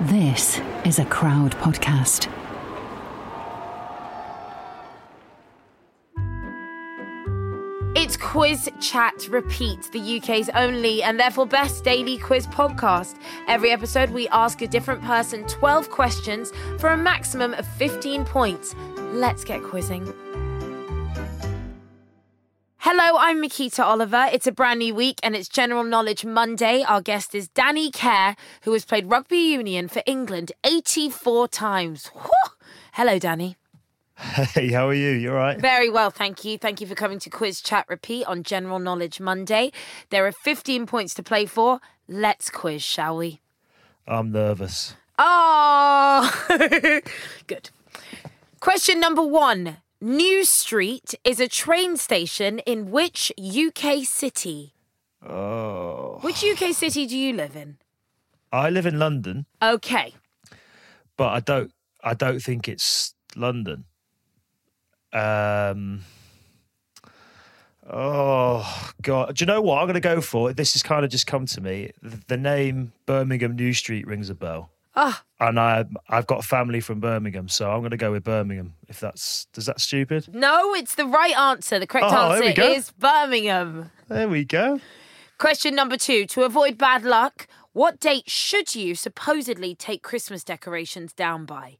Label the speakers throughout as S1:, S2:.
S1: This is a crowd podcast.
S2: It's Quiz Chat Repeat, the UK's only and therefore best daily quiz podcast. Every episode, we ask a different person 12 questions for a maximum of 15 points. Let's get quizzing. Hello, I'm Makita Oliver. It's a brand new week and it's General Knowledge Monday. Our guest is Danny Kerr, who has played rugby union for England 84 times. Whew! Hello, Danny.
S3: Hey, how are you? You all right?
S2: Very well, thank you. Thank you for coming to Quiz Chat Repeat on General Knowledge Monday. There are 15 points to play for. Let's quiz, shall we?
S3: I'm nervous.
S2: Oh, good. Question number one New Street is a train station in which UK city?
S3: Oh.
S2: Which UK city do you live in?
S3: I live in London,
S2: Okay.
S3: but I don't I don't think it's London. Um Oh god. Do you know what I'm going to go for? This has kind of just come to me. The the name Birmingham New Street rings a bell.
S2: Ah.
S3: And I I've got family from Birmingham, so I'm going to go with Birmingham if that's is that stupid?
S2: No, it's the right answer. The correct
S3: Oh, there we
S2: answer
S3: go.
S2: is Birmingham.
S3: There we go.
S2: Question number two To avoid bad luck, what date should you supposedly take Christmas decorations down by?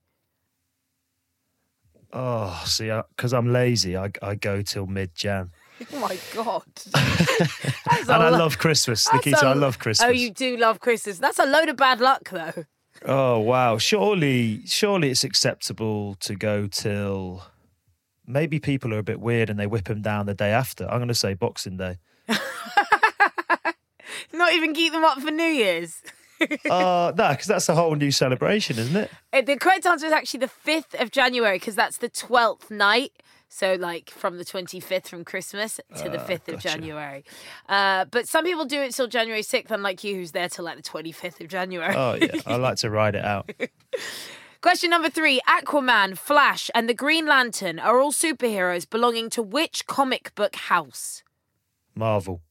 S3: Oh, see, because I'm lazy, I, I go till mid Jan.
S2: Oh my God.
S3: And I love Christmas, Nikita. I love Christmas.
S2: Oh, you do love Christmas. That's a load of bad luck, though.
S3: Oh wow! Surely, surely it's acceptable to go till. Maybe people are a bit weird and they whip him down the day after. I'm going to say Boxing Day.
S2: Not even keep them up for New Year's.
S3: Uh, no, because that's a whole new celebration, isn't it?
S2: Uh, The correct answer is actually the 5th of January because that's the 12th night. So, like from the 25th from Christmas to
S3: Ah,
S2: the 5th of January. Uh, but some people do it till January 6th, unlike you, who's there till like the 25th of January.
S3: Oh yeah, I like to ride it out.
S2: Question number three Aquaman, Flash, and the Green Lantern are all superheroes belonging to which comic book house?
S3: Marvel.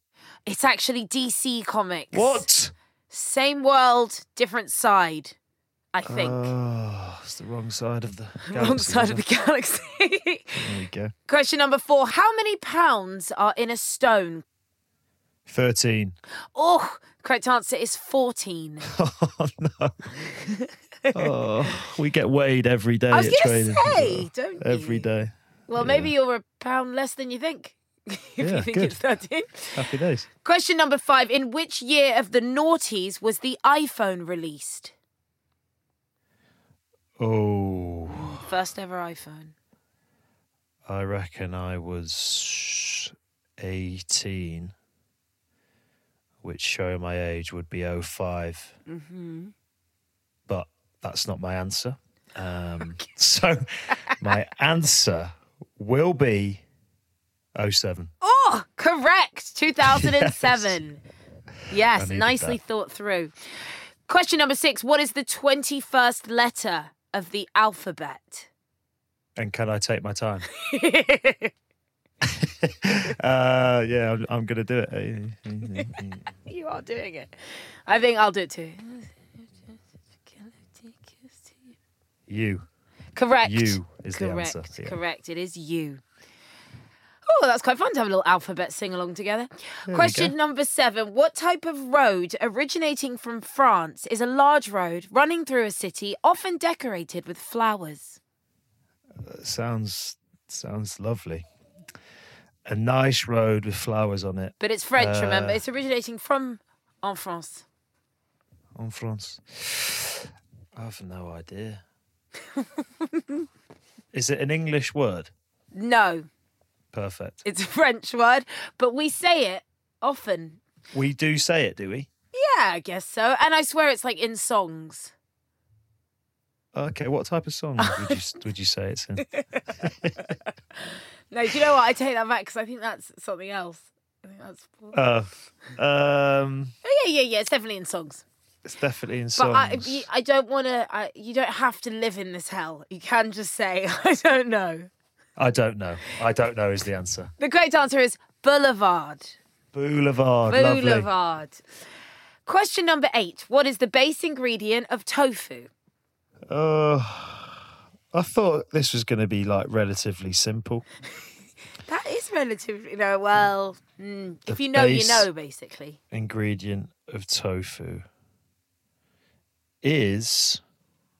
S2: It's actually DC Comics.
S3: What?
S2: Same world, different side, I think.
S3: Oh, it's the wrong side of the galaxy,
S2: Wrong side of
S3: isn't
S2: the
S3: it?
S2: galaxy.
S3: There you go.
S2: Question number four How many pounds are in a stone?
S3: Thirteen.
S2: Oh, correct answer is 14.
S3: Oh no. Oh, we get weighed every day
S2: I was
S3: at
S2: gonna
S3: training.
S2: say, don't
S3: every
S2: you?
S3: day.
S2: Well, maybe you're a pound less than you think. if you
S3: Yeah,
S2: think
S3: good.
S2: it's 13.
S3: Happy days.
S2: Question number five In which year of the noughties was the iPhone released?
S3: Oh.
S2: First ever iPhone.
S3: I reckon I was 18, which showing my age would be 5 Mm-hmm. But that's not my answer. Um, So my answer will be 07.
S2: Oh, correct. 2007.
S3: I
S2: Yes,
S3: needed
S2: nicely
S3: that.
S2: thought through. Question number six What is the 21st letter of the alphabet?
S3: And can I take my time? uh, yeah, I'm, I'm going to do it.
S2: You are doing it. I think I'll do it too.
S3: You.
S2: Correct.
S3: You is the
S2: Correct.
S3: answer, yeah.
S2: Correct. It is you. Oh, that's quite fun to have a little alphabet sing along together. Question number seven What type of road originating from France is a large road running through a city, often decorated with flowers?
S3: Sounds sounds lovely. A nice road with flowers on it.
S2: But it's
S3: Uh,
S2: French, remember? It's originating from en France.
S3: en France? I have no idea. Is it an English word?
S2: No,
S3: Perfect.
S2: it's a French word, but we say it often.
S3: We do say it, do we?
S2: Yeah, I guess so. And I swear it's like in songs.
S3: Okay, what type of song would you would you say it's in?
S2: No, do you know what? I take that back because I think that's something else. I think that's.
S3: Uh, um,
S2: Oh yeah, yeah, yeah. It's definitely in songs.
S3: it's definitely in songs.
S2: But I, you- I don't want to. You don't have to live in this hell. You can just say, I don't know.
S3: I don't know. I don't know is the answer.
S2: The correct answer is Boulevard.
S3: Boulevard, Oh, lovely.
S2: Boulevard. Question number eight. What is the base ingredient of tofu?
S3: Uh, I thought this was going to be like relatively simple.
S2: That is relatively, you know, well, mm, if
S3: The
S2: you know, you
S3: base-
S2: know, basically.
S3: Ingredient of tofu is.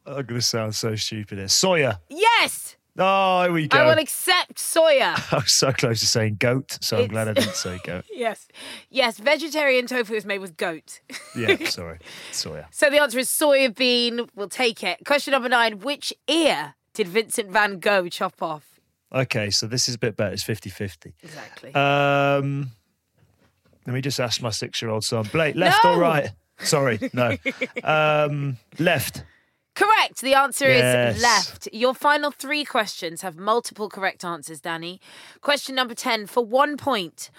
S3: oh, I'm going to sound so stupid here. Soya.
S2: Yes!
S3: Oh, here we go.
S2: I will
S3: I,
S2: accept soya.
S3: was so close to saying goat, so I'm
S2: It's-
S3: glad I didn't say goat.
S2: yes. Yes, vegetarian tofu is made with goat.
S3: Yeah, sorry. Soya.
S2: So the answer is soybean. We'll take it. Question number nine. Which ear did Vincent van Gogh chop off?
S3: Okay, so this is a bit better. It's 50 50.
S2: Exactly.
S3: Um, let me just ask my six year old son, Blake, left
S2: No!
S3: or right? Sorry, no. um, left.
S2: Correct. The answer
S3: Yes.
S2: is left. Your final three questions have multiple correct answers, Danny. Question number 10 for one point.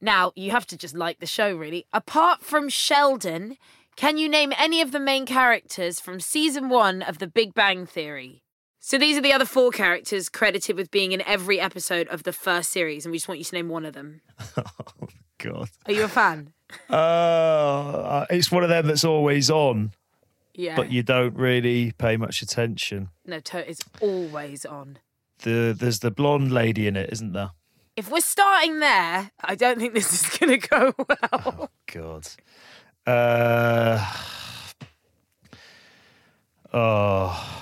S2: Now, you have to just like the show, really. Apart from Sheldon, can you name any of the main characters from season one of The Big Bang Theory? So these are the other four characters credited with being in every episode of the first series, and we just want you to name one of them.
S3: Oh, God.
S2: Are you a fan?
S3: Uh, it's one of them that's always on,
S2: Yeah.
S3: but you don't really pay much attention.
S2: no, to- it's always on.
S3: The There's the blonde lady in it, isn't there?
S2: If we're starting there, I don't think this is going to go well.
S3: God. Uh, oh,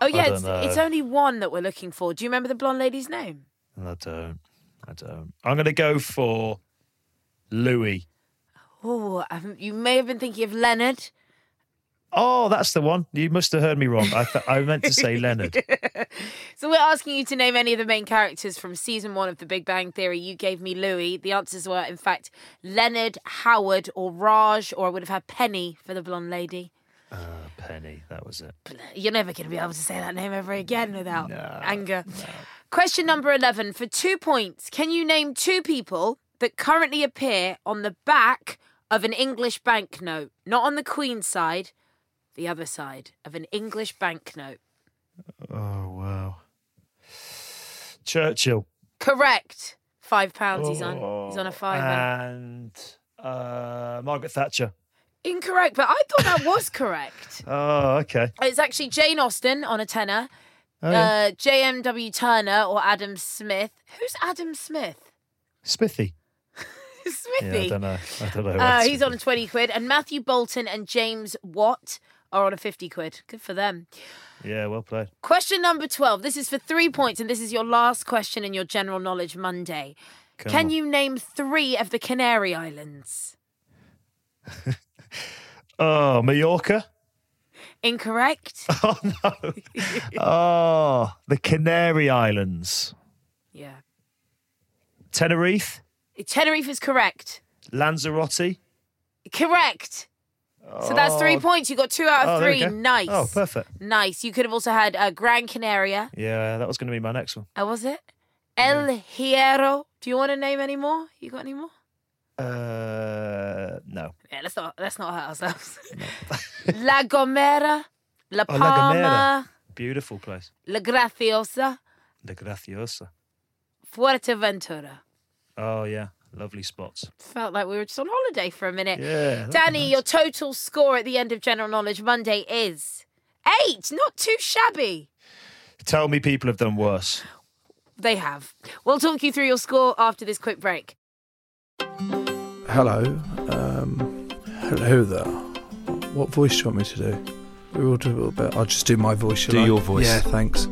S2: Oh yeah,
S3: don't
S2: it's, it's
S3: know.
S2: only one that we're looking for. Do you remember the blonde lady's name?
S3: I don't. I don't. I'm going to go for Louis.
S2: Oh, um, you may have been thinking of Leonard.
S3: Oh, that's the one. You must have heard me wrong. I, th- I meant to say Leonard.
S2: So we're asking you to name any of the main characters from season one of The Big Bang Theory. You gave me Louis. The answers were, in fact, Leonard, Howard, or Raj, or I would have had Penny for the blonde lady.
S3: Penny, that was it.
S2: You're never going to be able to say that name ever again without anger. Question number 11 for two points. Can you name two people that currently appear on the back of an English banknote? Not on the Queen's side, the other side of an English banknote.
S3: Oh, wow. Churchill.
S2: Correct. Five pounds he's on. He's
S3: Oh,
S2: on a five.
S3: And uh, Margaret Thatcher.
S2: Incorrect, but I thought that was correct.
S3: Oh, okay.
S2: It's actually Jane Austen on a tenor,
S3: Oh, yeah.
S2: uh, JMW Turner, or Adam Smith. Who's Adam Smith?
S3: Smithy. Yeah,
S2: Smithy.
S3: I don't know. I don't know. who
S2: Uh,
S3: else
S2: he's
S3: it
S2: on a
S3: is.
S2: 20 quid. And Matthew Bolton and James Watt are on a 50 quid. Good for them.
S3: Yeah, well played.
S2: Question number 12. This is for three points, and this is your last question in your General Knowledge Monday.
S3: Come
S2: Can
S3: on.
S2: you name three of the Canary Islands?
S3: Oh, Mallorca.
S2: Incorrect?
S3: Oh no. oh, the Canary Islands,
S2: yeah.
S3: Tenerife,
S2: Tenerife is correct.
S3: Lanzarote.
S2: Correct. So that's three
S3: Oh,
S2: points. You got two out
S3: oh,
S2: of
S3: there
S2: three.
S3: we go.
S2: Nice.
S3: Oh, perfect.
S2: Nice. You could have also had uh, Gran Canaria.
S3: Yeah, that was going to be my next one.
S2: Uh, was it? El Hierro. Do you want to name any more? You got any more?
S3: Uh, no.
S2: Yeah, let's not let's not hurt ourselves. La Gomera, La
S3: Oh, La
S2: Palma,
S3: Beautiful place.
S2: La, Graciosa,
S3: La Graciosa.
S2: Fuerteventura.
S3: Oh yeah, lovely spots.
S2: Felt like we were just on holiday for a minute.
S3: Yeah, that'd be
S2: Danny,
S3: nice.
S2: your total score at the end of General Knowledge Monday is eight. Not too shabby.
S3: Tell me, people have done worse.
S2: They have. We'll talk you through your score after this quick break.
S4: Hello. Um, hello there. What voice do you want me to do? We all do a little bit. I'll just do my voice. shall
S5: Do
S4: I?
S5: your voice.
S4: Yeah, thanks.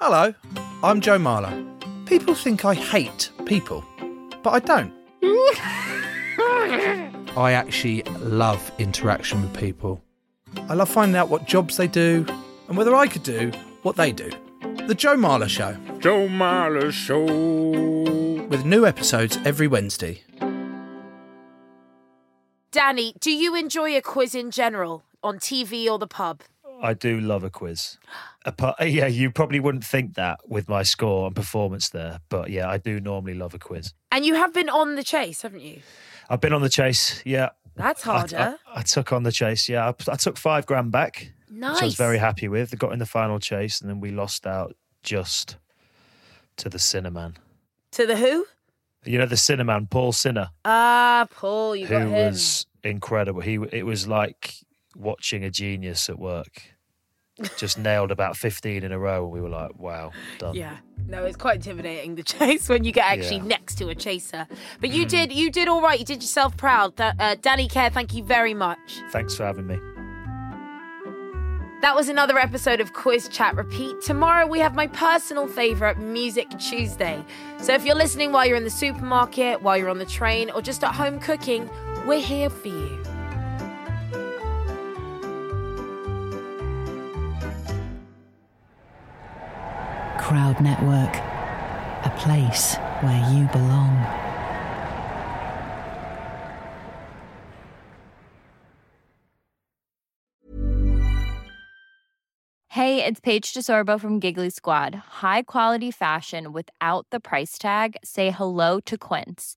S4: Hello. I'm Joe Marler. People think I hate people, but I don't. I actually love interaction with people. I love finding out what jobs they do and whether I could do what they do. The Joe Marler Show,
S5: Joe Marler Show.
S4: with new episodes every Wednesday.
S2: Danny, do you enjoy a quiz in general on TV or the pub?
S3: I do love a quiz. Apart, yeah, you probably wouldn't think that with my score and performance there, but yeah, I do normally love a quiz.
S2: And you have been on the chase, haven't you?
S3: I've been on the chase. Yeah,
S2: That's
S3: I- I-
S2: harder.
S3: I, took on the chase. Yeah, I, I took five grand back, which I was
S2: Nice.
S3: very happy with. I got in the final chase, and then we lost out just to the Cinnamon.
S2: to the who?
S3: You know the Cinnamon, Paul Sinner,
S2: Ah, Paul, you got
S3: who
S2: him.
S3: was incredible. He it was like watching a genius at work. Just nailed about fifteen in a row, and we were like, "Wow, done."
S2: Yeah. No, it's quite intimidating the chase when you get actually
S3: um, Yeah. Hmm.
S2: next to a chaser. But you did, you did all right. You did yourself proud. Th- uh, Danny Care, thank you very much.
S3: Thanks for having me.
S2: That was another episode of Quiz Chat Repeat. Tomorrow we have my personal favourite, Music Tuesday. So if you're listening while you're in the supermarket, while you're on the train, or just at home cooking, we're here for you.
S1: Crowd Network, a place where you belong.
S5: Hey, it's Paige DeSorbo from Giggly Squad. High quality fashion without the price tag. Say hello to Quince.